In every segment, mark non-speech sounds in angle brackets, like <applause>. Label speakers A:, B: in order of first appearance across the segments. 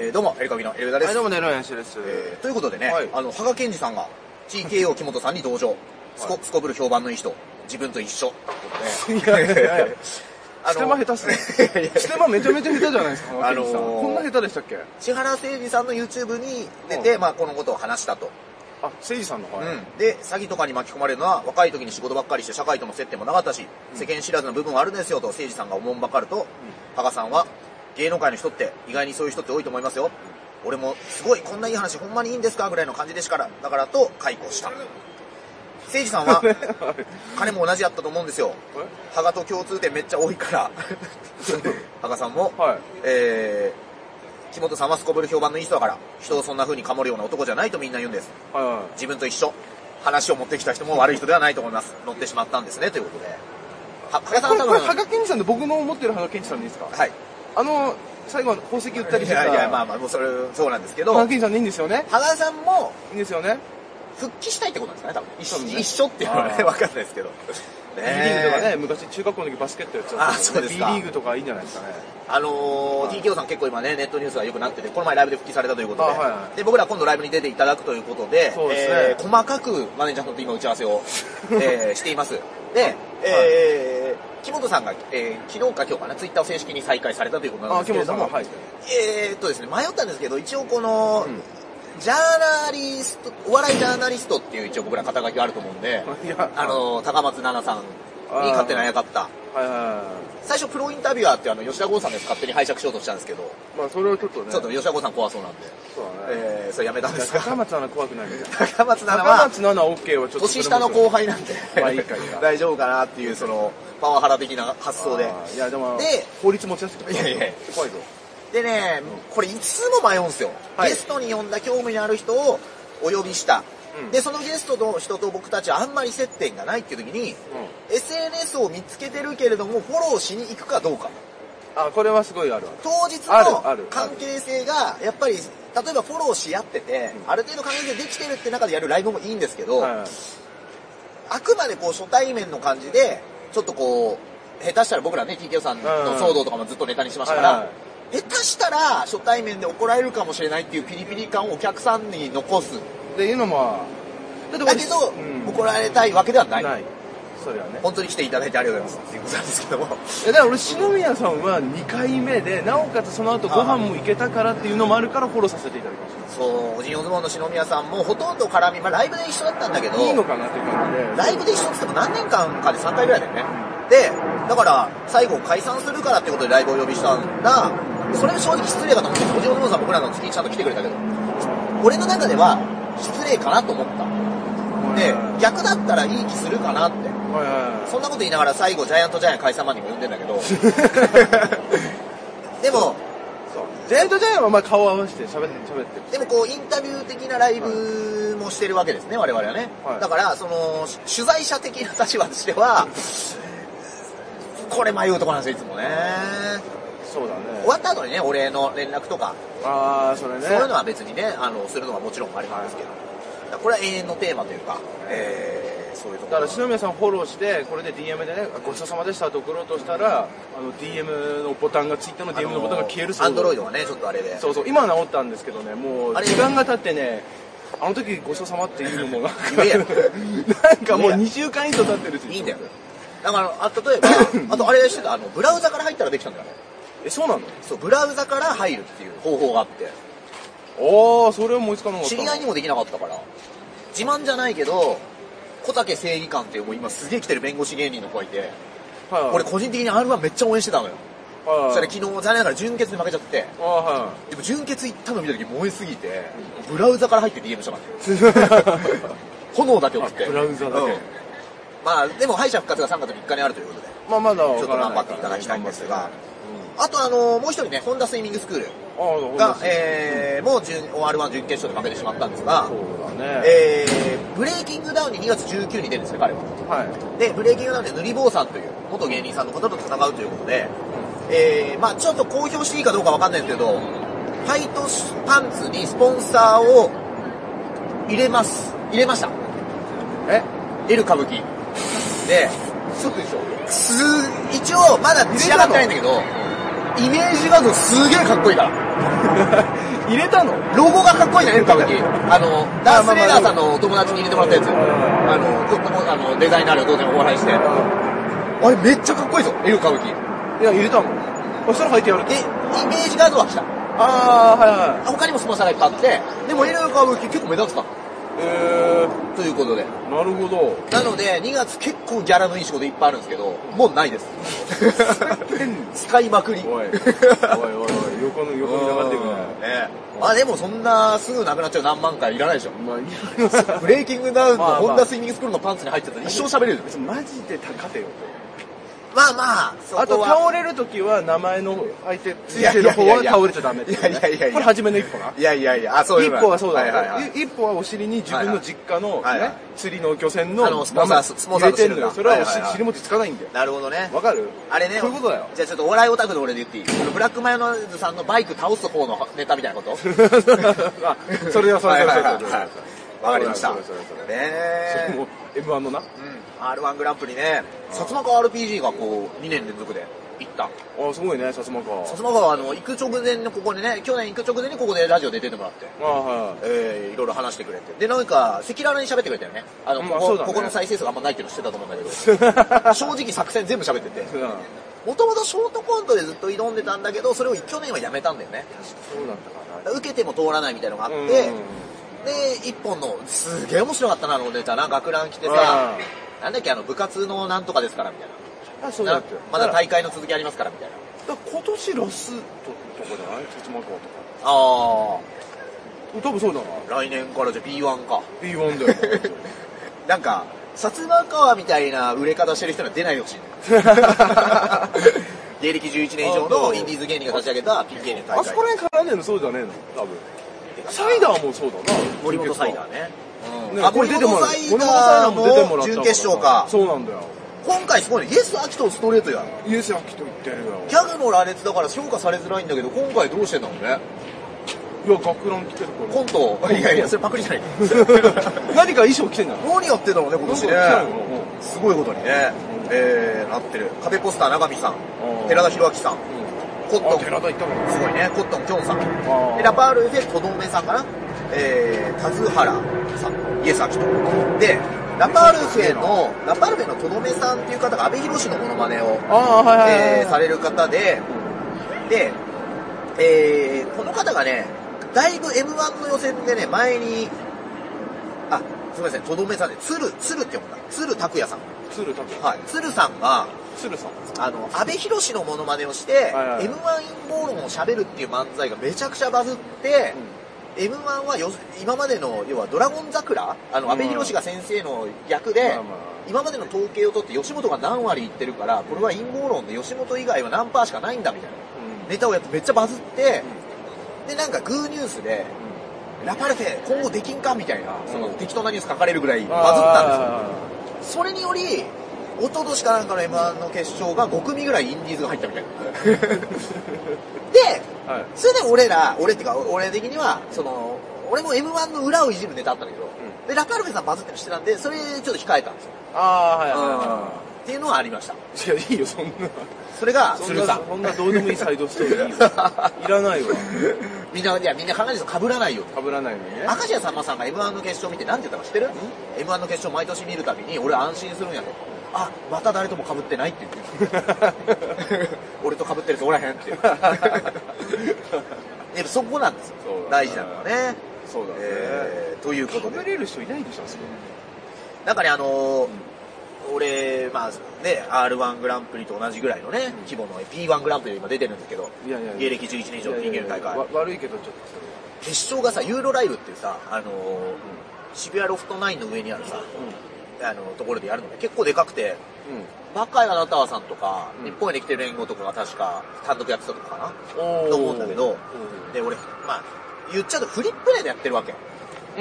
A: えーどうも、エルカビのエルダで
B: は
A: す。
B: い、どうも、ネロヤンシです。
A: えーということでね、
B: はい
A: あの、羽賀健二さんが TKO 木本さんに同情。すこ、すこぶる評判のいい人。自分と一緒。ということで
B: いやいや
A: あ
B: ステマ下手っすね。ステマめちゃめちゃ下手じゃないですか、
A: あ
B: あ
A: の
B: の
A: ー
B: こんな下手でしたっけ
A: 千原誠二さんの YouTube に出て、
B: う
A: まあ、このことを話したと。
B: あ、せいじさんの <laughs> 方、
A: うんで、詐欺とかに巻き込まれるのは、若い時に仕事ばっかりして社会との接点もなかったし、世間知らずの部分はあるんですよと、誠司さんがおもんばかると、羽賀さんは、芸能界の人って意外にそういう人って多いと思いますよ。俺も、すごい、こんないい話、ほんまにいいんですかぐらいの感じでしから、だからと、解雇した。誠司さん
B: <laughs>
A: は、彼も同じやったと思うんですよ。羽賀と共通点めっちゃ多いから、 <laughs> 羽賀さんも、
B: はい
A: えー、木本さんはすこぶる評判のいい人だから、人をそんな風にかもるような男じゃないとみんな言うんです。
B: はいはいはい。
A: 自分と一緒話を持ってきた人も悪い人ではないと思います乗ってしまったんですねということでは加賀さ
B: こ
A: ん
B: れ、
A: は多
B: これ、
A: 分
B: ハガケンジさんで僕の持ってるハガケンジさんでいいですか
A: はい
B: あの、最後、宝石売ったり
A: い
B: してた。
A: やいやまあまあもうそれそうなんですけど
B: ハガ
A: 羽
B: ケンジさんでいいんですよね
A: 賀さんも
B: いいんですよね
A: 復帰したいってことなんですかね多
B: そう
A: 分
B: で
A: 一,、
B: す
A: 一
B: ね
A: 緒っていうのは
B: あ
A: ね
B: ー
A: 分かんないですけどね
B: B リーグとかね、昔中学校の時バスケットやってたん
A: あそうです
B: B リ
A: か
B: ーグとかいいんじゃないですかね。
A: あのー、TKO さん結構今ねネットニュースが良くなっててこの前ライブで復帰されたということで,、
B: あはいはい
A: で僕ら今度ライブに出ていただくということで
B: そうですね
A: えー細かくマネージャーさんと今打ち合わせ
B: <laughs>
A: を、えーしていますで、えー木本さんが、えー昨日か今日かなツイッターを正式に再開されたということなん
B: あ、
A: ですけ
B: 木
A: れ
B: 本
A: ど
B: さ
A: も、
B: んも、はい。
A: えーっとですね、迷ったんですけど、一応この、
B: うん
A: ジャーナリスト、お笑いジャーナリストっていう一応僕ら肩書きがあると思うんで、
B: いや
A: あの、高松菜奈さんに勝手にあやかった。
B: はいはいはい。
A: 最初プロインタビュアーっていうあの、吉田剛さんです勝手に拝借しようとしたんですけど、
B: まあ、それはちょっとね。
A: ちょっと吉田剛さん怖そうなんで、
B: そうだね。
A: えー、それやめたんです
B: 高
A: が、
B: 松菜奈怖くないみたいな。
A: 高松菜奈
B: 高
A: は、
B: 松菜奈 OK はちょっと。
A: 年下の後輩なんで
B: まあいいかいい、か
A: 大丈夫かなっていう、その、パワハラ的な発想で。
B: あーいやでも
A: で
B: 法律持ち出してくる
A: いやいや
B: 怖いぞ
A: でね、これいつも迷うんすよ、
B: はい
A: ゲストに呼んだ興味のある人をお呼びした、
B: うん
A: でそのゲストの人と僕たちはあんまり接点がないっていう時に、SNS を見つけてるけれどもフォローしに行くかどうか
B: あこれはすごいあるある
A: 当日
B: あるあ
A: の
B: る
A: 関係性がやっぱり例えばフォローし合ってて、
B: うん
A: ある程度関係性できてるって中でやるライブもいいんですけど、
B: はいはい
A: あくまでこう初対面の感じでちょっとこう下手したら僕らね TKO さんの騒動とかもずっとネタにしましたから、
B: はいはい
A: 下手したら初対面で怒られるかもしれないっていうピリピリ感をお客さんに残す
B: っていうのもだ
A: だけど、怒られたいわけではない
B: ないそれはね
A: 本当に来ていただいてありがとうございますっていうことなんですけども
B: いやだから俺篠宮さんは2回目でなおかつその後ご飯も行けたからっていうのもあるからフォローさせていただきまし
A: そうおじいおずぼんの篠宮さんもほとんど絡み、まあ、ライブで一緒だったんだけど
B: たいいのかなっていう感じで
A: ライブで一緒って言っても何年間かで3回ぐらいだよね。で、だから、最後解散するからってことでライブをお呼びしたんだ。それ正直失礼かと思って、おじお父さん僕らの月にちゃんと来てくれたけど、俺の中では失礼かなと思った。で、逆だったらいい気するかなって。
B: はいは
A: そんなこと言いながら最後ジャイアントジャイアン解散までも呼んでんだけ
B: <laughs>
A: ど。でも、
B: いそうジャイアントジャイアンはまあ顔合わせて喋って喋って
A: でもこうインタビュー的なライブもしてるわけですね、我々はね。
B: はい
A: だから、その、取材者的な立場としては、これ迷うとこなんですよ、いつもね。
B: そうだね
A: 終わった後にね、お礼の連絡とか、
B: ああそれね
A: そういうのは別にね、あの、するのはもちろんあれなんですけど、だからこれは永遠のテーマというか、えー、そういうとこ
B: だ
A: ろ
B: から篠宮さんフォローしてこれで DM でねごちそうさまでしたと送ろうとしたらあの DM のボタンがツイッターの DM のボタンが消える
A: アンドロイ
B: ド
A: ドはね、ちょっとあれで。
B: そうそう今は治ったんですけどねもう
A: あれ
B: 時間が経ってねあの時ごちそうさまっていうのもなん
A: 言
B: か
A: えよ
B: なんかもう2週間以上経ってるし
A: いいんだよ。だから、あ例え
B: <laughs>
A: ば、あとあれしてた、あの、ブラウザから入ったらできたんだよね。
B: えそうなの
A: そう、ブラウザから入るっていう方法があって。
B: ああそれは思いつかなかった
A: 知り合いにもできなかったから自慢じゃないけど小竹正義感っていうもう今すげえ来てる弁護士芸人の子がいて
B: はいはい
A: 俺個人的に r 1めっちゃ応援してたのよ
B: はいはい
A: それ昨日残念ながら純潔で負けちゃって
B: ああは
A: でも純潔行ったの見た時燃えすぎてブラウザから入って DM したからね炎だけ送って
B: あブラウザだけ
A: うんまあでも敗者復活が3月3日にあるということで
B: <laughs> いまあまだ
A: ちょっと頑張っていただきたいんですがあとあのもう一人ねホンダスイミングスクール
B: ああーそうだ
A: が、えー、もう r 1準決勝で負けてしまったんですが
B: そうだね
A: えー、ブレイキングダウンに2月19日に出るんですね、彼は。
B: はい
A: で、ブレイキングダウンで塗り坊さんという元芸人さんの方と戦うということで、えー、まあちょっと公表していいかどうかわかんないんですけど、ファイトパンツにスポンサーを入れます。入れました。
B: え
A: L 歌舞伎。で、
B: ちょっとでしょ
A: す、一応まだ仕上がってないんだけど、イメージ画像すげえかっこいいから。
B: 入れたの
A: ロゴがかっこいいじゃない歌舞伎。あの、ダンスレーダーさんのお友達に入れてもらったやつ。
B: ん
A: あの、ちょっともうあのデザイナーで当然お笑いして。あれめっちゃかっこいいぞ、エル歌舞伎。
B: いや、入れたのそしたら履いてやる。
A: で、イメージ画像は来た。
B: あー、はいはい。
A: 他にもスポンサーがいっぱいあって、でもエル歌舞伎結構目立つか
B: え
A: ということで。
B: ー、なるほど。
A: なので、2月結構ギャラのいい仕事いっぱいあるんですけど、もう <laughs> ないです。使いまくり。 <laughs>
B: おい、おいおいおい、横の、横に流れてくね。
A: ねまあでもそんなすぐなくなっちゃう何万回いらないでしょ。
B: まあ、い
A: ブレイキングダウンの
B: まあまあ
A: ホンダスイミングスクールのパンツに入っちゃったら一生喋れるよね
B: や、マジで高てよ。
A: まあまあ、そ
B: あと、
A: こは
B: 倒れるときは名前の相手、ついてる方は倒れちゃダメってうね
A: いやいやいやいや
B: これ初めの一歩な。
A: いやいやいや、あ、そういう
B: 一
A: の
B: 歩はそうだ、
A: はいはいはい。
B: い一歩はお尻に自分の実家の、ね
A: はいはいはい
B: 釣りの漁船
A: あ
B: の
A: のスポンサー
B: まあ
A: スポンサー
B: 入れてるのよ
A: として
B: そ
A: るな
B: れはお尻
A: はいはいはい
B: 尻餅つかないんだよ
A: なるほどね。
B: わかる
A: あれね、
B: そういうことだよ
A: じゃあちょっとお笑いオタクの俺で言っていいあのブラックマヨネーズさんのバイク倒す方のネタみたい
B: <laughs>
A: なことはいはいはい
B: あそれはそれそれそれそれ
A: はいわかりました。
B: そ
A: ね
B: れそれそれ
A: え。
B: もう M1 のなあ
A: うん、R1 グランプリね、薩摩川 RPG がこう、2年連続で行った。
B: すごいね薩摩川
A: 薩摩川はあの、行く直前のここでね、去年行く直前にここでラジオで出てもらって、
B: あ <laughs> はい
A: えー、いろいろ話してくれて。で、なんか、赤裸々に喋ってくれたよね。あの、
B: うん
A: こ
B: そ
A: こ、
B: うだね
A: ここの再生数があんまないっていうのしてたと思うんだけど、
B: <laughs>
A: 正直作戦全部喋ってて、
B: うん
A: もともとショートコントでずっと挑んでたんだけど、それを去年はやめたんだよね。
B: そうだったかな
A: 受けても通らないみたいなのがあって、
B: うん
A: で、一本の、すげえ面白かったな、あのネタな、学ラン来てさ、なんだっけ、あの、部活のなんとかですから、みたいな。
B: あそうだったよ
A: まだ
B: から
A: 大会の続きありますからみたいな。
B: だから今年ロスととかじゃない薩摩川とか
A: あ
B: 多分そうだな
A: あ、来年からじゃあ B1 か。
B: B1 だよ
A: なんか、薩摩川みたいな売れ方してる人には出ないでほしい
B: <laughs>
A: ね。芸歴11年以上のインディーズ芸人が立ち上げたピン芸人の
B: あ
A: 大
B: そ
A: 会
B: こ。ら辺絡んでるのそうじゃねえの多分サイダーもそうだな
A: 森本サイダーね。
B: ね
A: あ、
B: こ
A: 森
B: れ出ても
A: 本
B: ら
A: サイ
B: 森本
A: ダー
B: サイダーも出ても
A: も
B: らったから
A: 準決勝か。
B: そうなんだよ
A: 今回すごいね。イエス・アキトストレートや。
B: イエスアキト言ってるよ
A: ギャグの羅列だから評価されづらいんだけど、今回どうしてんだろうね。
B: いや学ラン来てるから
A: コント、いやいや、それパクリじゃない。
B: 何か衣装着てんだよ
A: <laughs> 何やってんだろうね、今年ね
B: なんか来たよ。
A: すごいことにね、えー、なってる。壁ポスター永見さん、
B: ん
A: 寺田博明さん、コット
B: あ
A: ン、
B: 寺田行ったの
A: すごいね、コットンきょんさん、
B: ー
A: でラパールでとどめさんかな、えー、田津原さん、イエス・アキト。で、ラパールフェの、ラパールフェのとどめさんっていう方が安倍博士のモノマネを、
B: ああはいはいはい
A: えー、される方で、で、えー、この方がね、だいぶ M1 の予選でね、前に、あ、すみません、とどめさんで、鶴、鶴って呼んだ。鶴拓也さん。
B: 鶴多分
A: はい。鶴さんが、
B: 鶴さん
A: あの、安倍博士のモノマネをして、
B: はいはい
A: M1 陰謀論を喋るっていう漫才がめちゃくちゃバズって、M1 はよ今までの、要はドラゴン桜あの、
B: うん
A: 安倍博士が先生の役で、
B: まあまあ
A: 今までの統計を取って吉本が何割いってるから、これは陰謀論で吉本以外は何パーしかないんだみたいな。ネタをやってめっちゃバズって、で、なんかグーニュースで、ラパルフェ今後できんかみたいな、その
B: うん
A: 適当なニュース書かれるぐらいバズったんですよ。
B: ん
A: それ
B: ですよ
A: により、一昨年かなんかの M1 の決勝が5組ぐらいインディーズが入ったみたいな。
B: <laughs>
A: で、
B: はい
A: それで俺ら、俺っていうか、俺的には、その、俺も M1 の裏をいじるネタあったんだけど、
B: う
A: で、ラパルフェさんバズってるのしてたんで、それちょっと控えたんですよ。
B: ああはいはいは
A: っていうのはありました。
B: いいやいいよそんな
A: それが、
B: そん
A: 鶴
B: な
A: さん。
B: そんなどうでもいいサイドストーリーいいよいらないわ
A: みんな、いや、みんな考えてると被らないよ。
B: かぶらないのにね
A: 明石家さんまさんが M1 の決勝見て何て言ったか知ってる ?M1 の決勝毎年見るたびに俺安心するんやと。あ、また誰とも被ってないって言って
B: <laughs>
A: る俺と被ってる人おらへんっていう。でもそこなんですよ
B: そうだね。
A: 大事なのはね。
B: そうだね
A: えーということ
B: 被
A: で。
B: れる人いないでしょそれ
A: なんかね、あのー俺、まあね、R1 グランプリと同じぐらいのね、規模の P1 グランプリで今出てるんですけど、
B: いやいやいや
A: 芸歴11年以上の人間大会。
B: わ悪いけどちょっとそれは
A: 決勝がさ、ユーロライブっていうさ、あのー渋谷ロフト9の上にあるさ、あのところでやるのね結構でかくてバカやあなたはさんとか、
B: うん
A: 日本へできてる連合とかが確か単独やってたとかか
B: うんうんおー
A: と思うんだけど
B: う
A: なで俺まあ言っちゃうとフリップでやってるわけ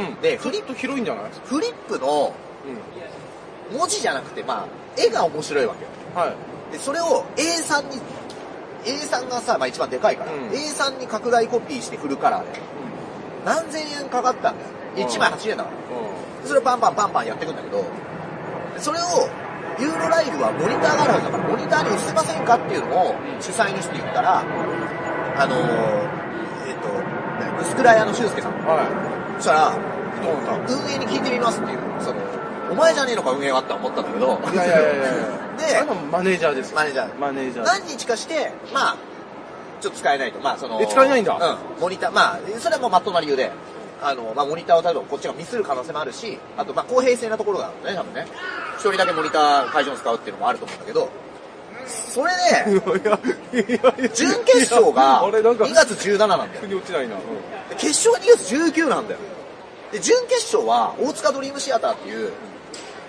B: んうん
A: で
B: ちょっと広いんじゃない
A: フリップの
B: う
A: 文字じゃなくてまあ絵が面白いわけよ
B: んはい
A: でそれを A さんに A さんがさ、まあ、一番でかいから、
B: うん
A: A さんに拡大コピーしてフルカラーで何千円かかったんだよ
B: うん
A: 1枚8円だから
B: う
A: それをパンパンパンパンやっていくんだけど、それを、ユーロライブはモニターがあるはずだから、モニターに映せませんかっていうのを
B: うん
A: 主催の人に言ったら、あのーえっ、と、福来屋の修介さん。
B: は
A: そしたら、
B: い。どうなっ
A: 運営に聞いてみますっていう、その、お前じゃねえのか運営はって思ったんだけど、
B: たいやいやいや
A: で
B: いやあのマネージャーですよ
A: マネージャー
B: マネージャー。
A: 何日かして、まあ、ちょっと使えないと。まあ、その、
B: え使えないんだ
A: うん。モニター、まあ、それはもうまっとうな理由で、あの、まあ、モニターを多分こっちがミスる可能性もあるし、あと、まあ、公平性なところがあるね、多分ね。一人だけモニター会場に使うっていうのもあると思うんだけど、それ
B: い
A: ね、
B: やいやいやいや
A: 準決勝が
B: あれなんか、
A: 2月17なんだよ。
B: 腑に落ちないな。うん
A: で決勝が2月19なんだよ。で、準決勝は、大塚ドリームシアターっていう、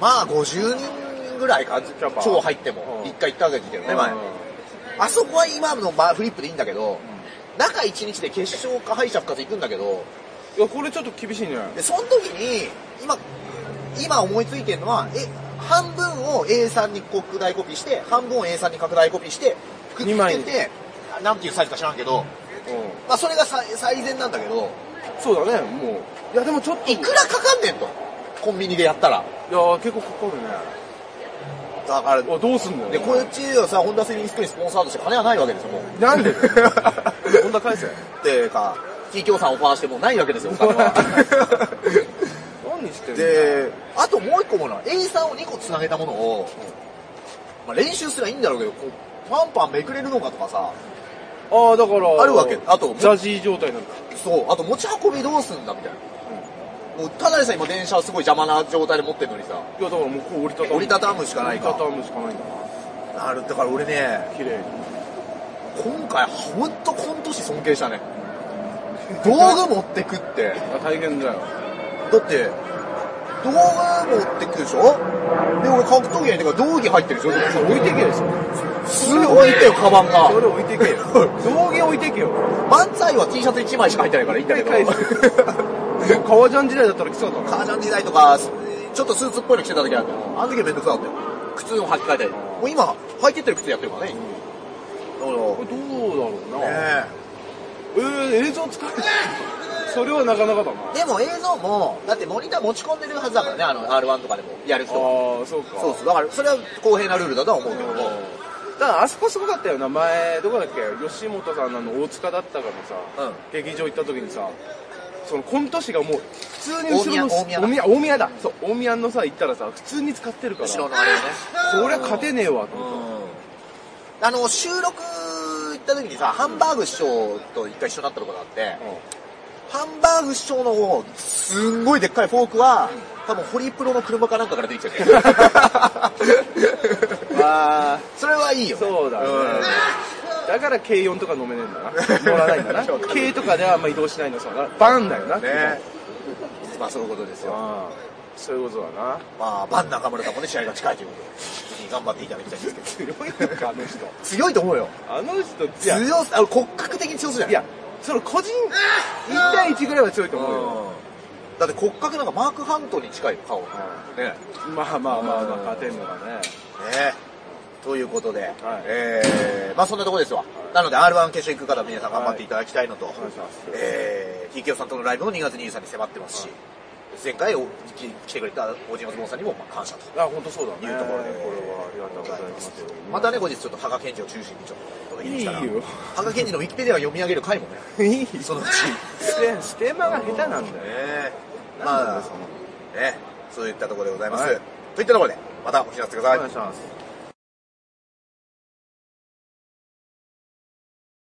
A: まあ、50人ぐらいか
B: キャ、パ
A: 超入っても、
B: うん
A: 1回行ったわけ聞いてるね、前
B: うん。
A: あそこは今のまあフリップでいいんだけど、中1日で決勝か敗者復活行くんだけど、
B: いや、これちょっと厳しいね。
A: で、その時に、今、今思いついてるのは、え、半分を A さんに拡大コピーして、半分を A さんに拡大コピーして、くっつ
B: 二枚
A: けて、なんていうサイズか知らんけど、
B: う
A: まあそれが最最善なんだけど、
B: ん。そうだね、もう。いや、でもちょっと、い
A: い
B: や
A: く、らかかんねんと。コンビニでやったら。
B: 結構かかるね。
A: だから、
B: おどうすんの
A: で、こっちはさ、ホンダスインスクにスポンサードして金はないわけですよ、もう。
B: なん <laughs> でこんな返せ。
A: っていうか、企業さんオファーしてもうないわけですよ、お金
B: <laughs>
A: は。
B: 何してんの
A: で、あともう一個もな、A さんを2個繋げたものを、まあ、練習すりゃいいんだろうけど、こう、パンパンめくれるのかとかさ、
B: ああ、だから。
A: あるわけあと
B: ザジー状態なんだ。
A: そう、あと持ち運びどうすんだみたいな。もう、ただでさえ今電車すごい邪魔な状態で持ってるのにさ、
B: いや、だからもうこう折りたたむ。
A: 折りたたむしかないか
B: 折りたたむしかないんだな。
A: ある、だから俺ね、
B: 綺麗に。
A: 今回ほんとコント師尊敬したね。道具持ってくって。
B: あ大変だよ。
A: だって、道具持ってくでしょで、俺格闘技やりたいから道着入ってるでしょ
B: 置いてけよ、それ。
A: すごいってよ、カバンが。
B: それ置いてけ
A: <laughs>
B: よ。道着置いてけよ。
A: 漫才は T シャツ1枚しか入ってないからいいんだけど。
B: 一回 <laughs> 返す革ジャン時代だったらきつかった
A: <laughs> カ
B: な。
A: ージャン時代とか、ちょっとスーツっぽいの着てた時あったよ。あの時はめんどくさかったよ。靴を履き替えたり。もう今、履いてってる靴やってるからね。だから
B: これどうだろうな。
A: ね
B: えー、映像
A: <laughs>
B: 使えないそれはなかなかだな。
A: えでも映像も、だってモニター持ち込んでるはずだからね、あの R1 とかでもやる人は。
B: ああ、そうか。
A: そうそう。だから、それは公平なルールだとは思うけども。
B: だからあそこすごかったよな前どこだっけ吉本さんのあの大塚だったかのさ、劇場行った時にさそのコント師がもう普通に後ろの
A: 大宮大
B: 大宮大宮だそう大宮のさ行ったらさ普通に使ってるから
A: 後ろのあれをね。
B: これ勝てねえわと思っ
A: うんあの、収録行った時にさ、ハンバーグ師匠と一回一緒になったとこがあって、
B: て、うん
A: ハンバーグ師匠の方、すんごいでっかいフォークは、多分ホリプロの車かなんかから出てきち
B: <laughs>
A: ゃって。
B: あ
A: それはいいよ、
B: ーそうだね、だから軽4とか飲めねえんだな乗らないんだ
A: <laughs>
B: な
A: そうか
B: 軽とかではあんま移動しないんだそうだバンだよな
A: うんね。まあそういうことですよ。
B: あーそういうことだな
A: まあ、バン中村さんもね、試合が近いということで、ぜひ頑張っていただきたいんですけど。
B: 強いのかあの人
A: 強いと思うよ。
B: あの人いや
A: 強さ、あの骨格的に強そうじゃない
B: いや、その個人、1対1ぐらいは強いと思うよ。
A: うんだって骨格なんかマークハントに近いよ顔ねね
B: まあまあまあまあ、勝てんのがね。
A: ということで、
B: はい
A: えー、まあそんなとこですわ、なので R1 決勝行く方皆さん頑張っていただきたいのと、
B: お願いします
A: えー、TKO さんとのライブも2月23に迫ってますし、前回おき来てくれたオジンオズボンさんにもまあ感謝と
B: あ、本当そうだね。
A: いうところで、
B: これはありがとうございます。
A: またね後日ちょっと羽賀健二を中心にちょっとお届けできたら
B: いいよ
A: 羽賀健二のウィキペディアを読み上げる回もね
B: <laughs> いい
A: そのうち
B: ステステマが下手なんだよ
A: ね
B: ね。
A: ま
B: なんだ
A: あ
B: よその
A: ね、そういったところでございます。
B: はい
A: といったところで、またお聞かせください
B: お願い。します。